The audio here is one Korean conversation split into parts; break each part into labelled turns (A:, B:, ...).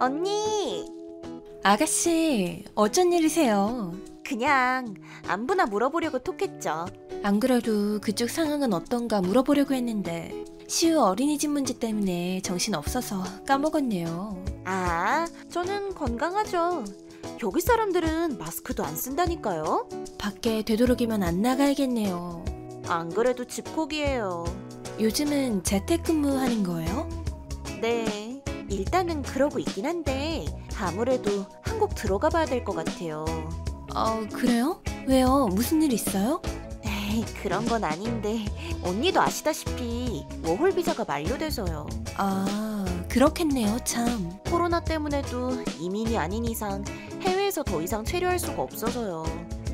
A: 언니,
B: 아가씨, 어쩐 일이세요?
A: 그냥 안부나 물어보려고 톡했죠.
B: 안 그래도 그쪽 상황은 어떤가 물어보려고 했는데 시우 어린이집 문제 때문에 정신 없어서 까먹었네요.
A: 아, 저는 건강하죠. 여기 사람들은 마스크도 안 쓴다니까요.
B: 밖에 되도록이면 안 나가야겠네요.
A: 안 그래도 집콕이에요.
B: 요즘은 재택근무하는 거예요?
A: 네, 일단은 그러고 있긴 한데 아무래도 한국 들어가 봐야 될 것 같아요.
B: 어, 그래요? 왜요? 무슨 일 있어요?
A: 에이, 그런 건 아닌데 언니도 아시다시피 워홀 비자가 만료돼서요.
B: 아, 그렇겠네요, 참.
A: 코로나 때문에도 이민이 아닌 이상 해외에서 더 이상 체류할 수가 없어서요.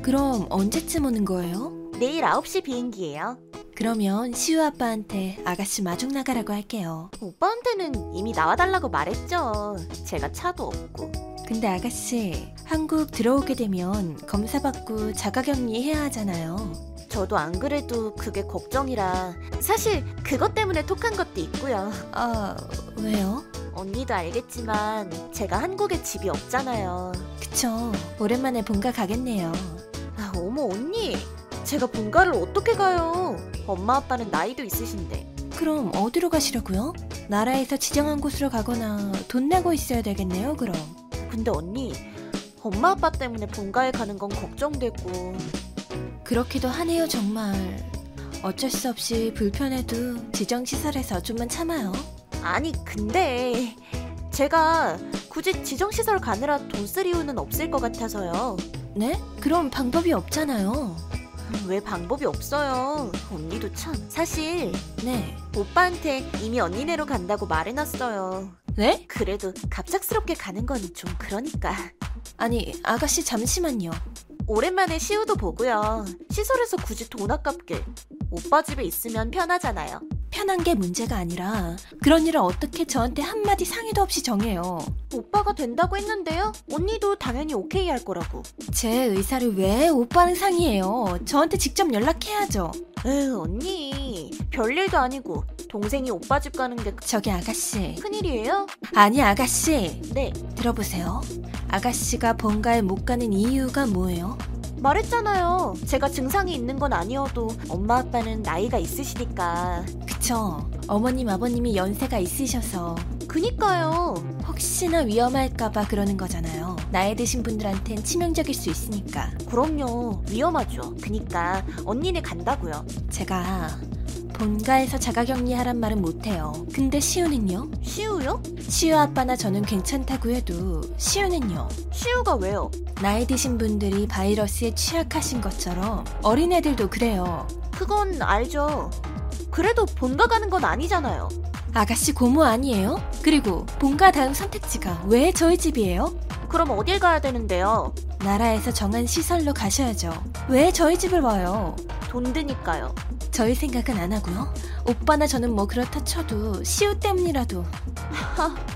B: 그럼 언제쯤 오는 거예요?
A: 내일 9시 비행기예요.
B: 그러면 시우 아빠한테 아가씨 마중 나가라고 할게요.
A: 오빠한테는 이미 나와달라고 말했죠. 제가 차도 없고.
B: 근데 아가씨, 한국 들어오게 되면 검사 받고 자가격리 해야 하잖아요.
A: 저도 안 그래도 그게 걱정이라. 사실 그것 때문에 톡한 것도 있고요.
B: 아, 왜요?
A: 언니도 알겠지만 제가 한국에 집이 없잖아요.
B: 그쵸. 오랜만에 본가 가겠네요.
A: 아, 어머 언니. 제가 본가를 어떻게 가요? 엄마 아빠는 나이도 있으신데.
B: 그럼 어디로 가시려고요? 나라에서 지정한 곳으로 가거나 돈 내고 있어야 되겠네요, 그럼.
A: 근데 언니 엄마 아빠 때문에 본가에 가는 건 걱정되고
B: 그렇기도 하네요, 정말. 어쩔 수 없이 불편해도 지정시설에서 좀만 참아요.
A: 아니 근데 제가 굳이 지정시설 가느라 돈 쓸 이유는 없을 것 같아서요
B: 네? 그럼 방법이 없잖아요.
A: 왜 방법이 없어요 언니도 참 사실
B: 네.
A: 오빠한테 이미 언니네로 간다고 말해놨어요
B: 네?
A: 그래도 갑작스럽게 가는 건 좀 그러니까
B: 아니, 아가씨 잠시만요.
A: 오랜만에 시우도 보고요 시설에서 굳이 돈 아깝게 오빠 집에 있으면 편하잖아요
B: 편한 게 문제가 아니라 그런 일을 어떻게 저한테 한마디 상의도 없이 정해요.
A: 오빠가 된다고 했는데요 언니도 당연히 오케이 할 거라고
B: 제 의사를 왜 오빠랑 상의해요? 저한테 직접 연락해야죠.
A: 에휴 언니 별일도 아니고 동생이 오빠 집 가는 게
B: 저기 아가씨.
A: 큰일이에요?
B: 아니 아가씨.
A: 네
B: 들어보세요. 아가씨가 본가에 못 가는 이유가 뭐예요?
A: 말했잖아요 제가 증상이 있는 건 아니어도 엄마 아빠는 나이가 있으시니까
B: 그쵸. 어머님 아버님이 연세가 있으셔서
A: 그니까요
B: 혹시나 위험할까봐 그러는 거잖아요. 나이 드신 분들한텐 치명적일 수 있으니까.
A: 그럼요 위험하죠 그니까 언니네 간다고요
B: 제가 본가에서 자가격리하란 말은 못해요. 근데 시우는요?
A: 시우요?
B: 시우 아빠나 저는 괜찮다고 해도 시우는요?
A: 시우가 왜요?
B: 나이 드신 분들이 바이러스에 취약하신 것처럼 어린애들도 그래요.
A: 그건 알죠 그래도 본가 가는 건 아니잖아요
B: 아가씨 고모 아니에요? 그리고 본가 다음 선택지가 왜 저희 집이에요?
A: 그럼 어딜 가야 되는데요?
B: 나라에서 정한 시설로 가셔야죠. 왜 저희 집을 와요?
A: 돈 드니까요
B: 저희 생각은 안 하고요. 오빠나 저는 뭐 그렇다 쳐도 시우 때문이라도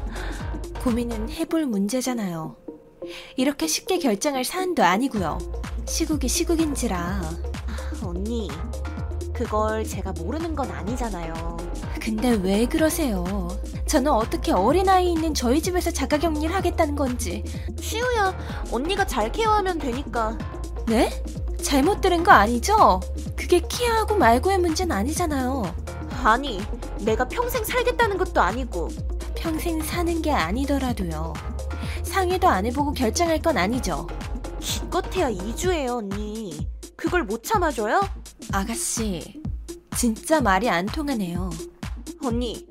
B: 고민은 해볼 문제잖아요. 이렇게 쉽게 결정할 사안도 아니고요. 시국이 시국인지라
A: 언니 그걸 제가 모르는 건 아니잖아요
B: 근데 왜 그러세요? 저는 어떻게 어린아이 있는 저희 집에서 자가격리를 하겠다는 건지.
A: 시우야, 언니가 잘 케어하면 되니까.
B: 네? 잘못 들은 거 아니죠? 그게 키하고 말고의 문제는 아니잖아요.
A: 아니, 내가 평생 살겠다는 것도 아니고.
B: 평생 사는 게 아니더라도요. 상의도 안 해보고 결정할 건 아니죠.
A: 기껏해야 2주예요, 언니. 그걸 못 참아줘요?
B: 아가씨, 진짜 말이 안 통하네요.
A: 언니,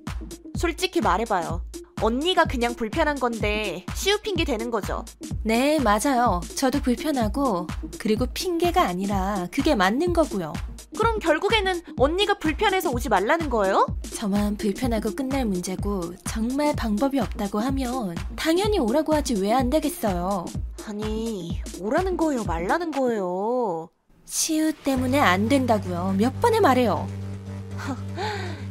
A: 솔직히 말해봐요. 언니가 그냥 불편한 건데, 시우 핑계 되는 거죠.
B: 네, 맞아요. 저도 불편하고, 그리고 핑계가 아니라 그게 맞는 거고요.
A: 그럼 결국에는 언니가 불편해서 오지 말라는 거예요?
B: 저만 불편하고 끝날 문제고 정말 방법이 없다고 하면 당연히 오라고 하지 왜 안 되겠어요.
A: 아니, 오라는 거예요, 말라는 거예요.
B: 시우 때문에 안 된다고요. 몇 번에 말해요.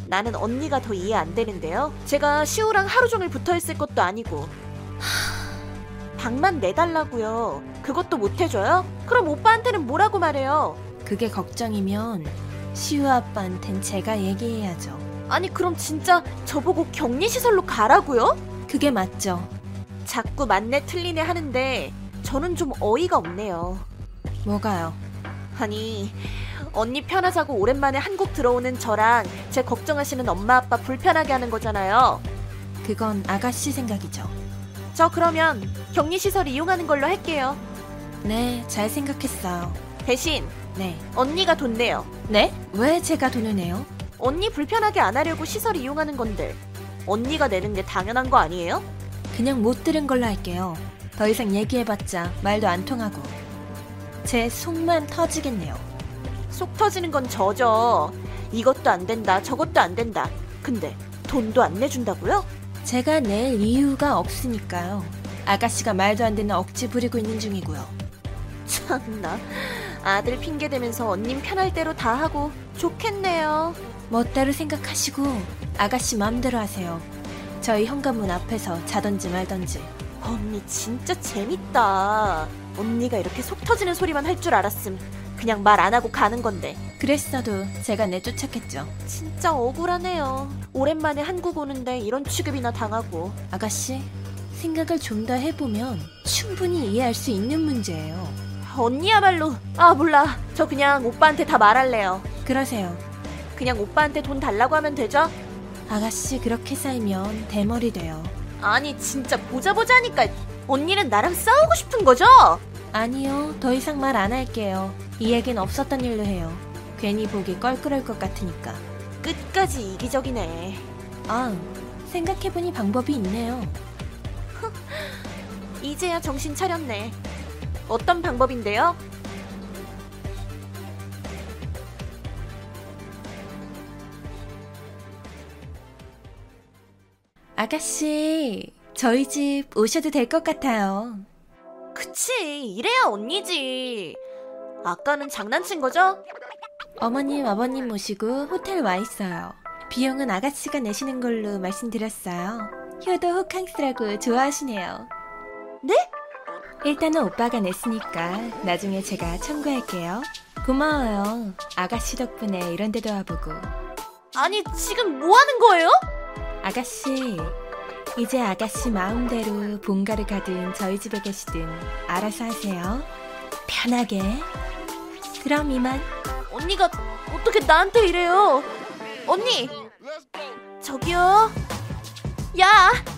A: 나는 언니가 더 이해 안 되는데요. 제가 시우랑 하루 종일 붙어 있을 것도 아니고. 방만 내달라고요. 그것도 못 해줘요? 그럼 오빠한테는 뭐라고 말해요?
B: 그게 걱정이면 시우 아빠한텐 제가 얘기해야죠.
A: 아니 그럼 진짜 저보고 격리시설로 가라고요?
B: 그게 맞죠.
A: 자꾸 맞네 틀리네 하는데 저는 좀 어이가 없네요.
B: 뭐가요?
A: 아니 언니 편하자고 오랜만에 한국 들어오는 저랑 제 걱정하시는 엄마 아빠 불편하게 하는 거잖아요.
B: 그건 아가씨 생각이죠.
A: 저 그러면 격리 시설 이용하는 걸로 할게요.
B: 네, 잘 생각했어요.
A: 대신
B: 네.
A: 언니가 돈 내요.
B: 네? 왜 제가 돈을 내요?
A: 언니 불편하게 안 하려고 시설 이용하는 건데 언니가 내는 게 당연한 거 아니에요?
B: 그냥 못 들은 걸로 할게요. 더 이상 얘기해봤자 말도 안 통하고. 제 속만 터지겠네요.
A: 속 터지는 건 저죠. 이것도 안 된다, 저것도 안 된다. 근데 돈도 안 내준다고요?
B: 제가 낼 이유가 없으니까요. 아가씨가 말도 안 되는 억지 부리고 있는 중이고요.
A: 참나. 아들 핑계 대면서 언님 편할 대로 다 하고 좋겠네요.
B: 멋대로 생각하시고 아가씨 마음대로 하세요. 저희 현관문 앞에서 자던지 말던지.
A: 언니 진짜 재밌다. 언니가 이렇게 속 터지는 소리만 할 줄 알았음. 그냥 말 안 하고 가는 건데.
B: 그랬어도 제가 내쫓았겠죠.
A: 진짜 억울하네요. 오랜만에 한국 오는데 이런 취급이나 당하고.
B: 아가씨, 생각을 좀 더 해보면 충분히 이해할 수 있는 문제예요.
A: 언니야말로. 아, 몰라. 저 그냥 오빠한테 다 말할래요.
B: 그러세요.
A: 그냥 오빠한테 돈 달라고 하면 되죠?
B: 아가씨 그렇게 살면 대머리 돼요.
A: 아니, 진짜 보자 보자니까. 언니는 나랑 싸우고 싶은 거죠?
B: 아니요, 더 이상 말 안 할게요. 이 얘기는 없었던 일로 해요. 괜히 보기 껄끄러울 것 같으니까.
A: 끝까지 이기적이네.
B: 아, 생각해보니 방법이 있네요.
A: 이제야 정신 차렸네. 어떤 방법인데요?
B: 아가씨, 저희 집 오셔도 될 것 같아요.
A: 그치, 이래야 언니지. 아까는 장난친 거죠?
B: 어머님, 아버님 모시고 호텔 와 있어요. 비용은 아가씨가 내시는 걸로 말씀드렸어요. 효도 호캉스라고 좋아하시네요.
A: 네?
B: 일단은 오빠가 냈으니까 나중에 제가 청구할게요. 고마워요. 아가씨 덕분에 이런 데도 와보고.
A: 아니, 지금 뭐 하는 거예요?
B: 아가씨, 이제 아가씨 마음대로 본가를 가든 저희 집에 계시든 알아서 하세요. 편하게. 그럼 이만.
A: 언니가 어떻게 나한테 이래요? 언니! 저기요? 야!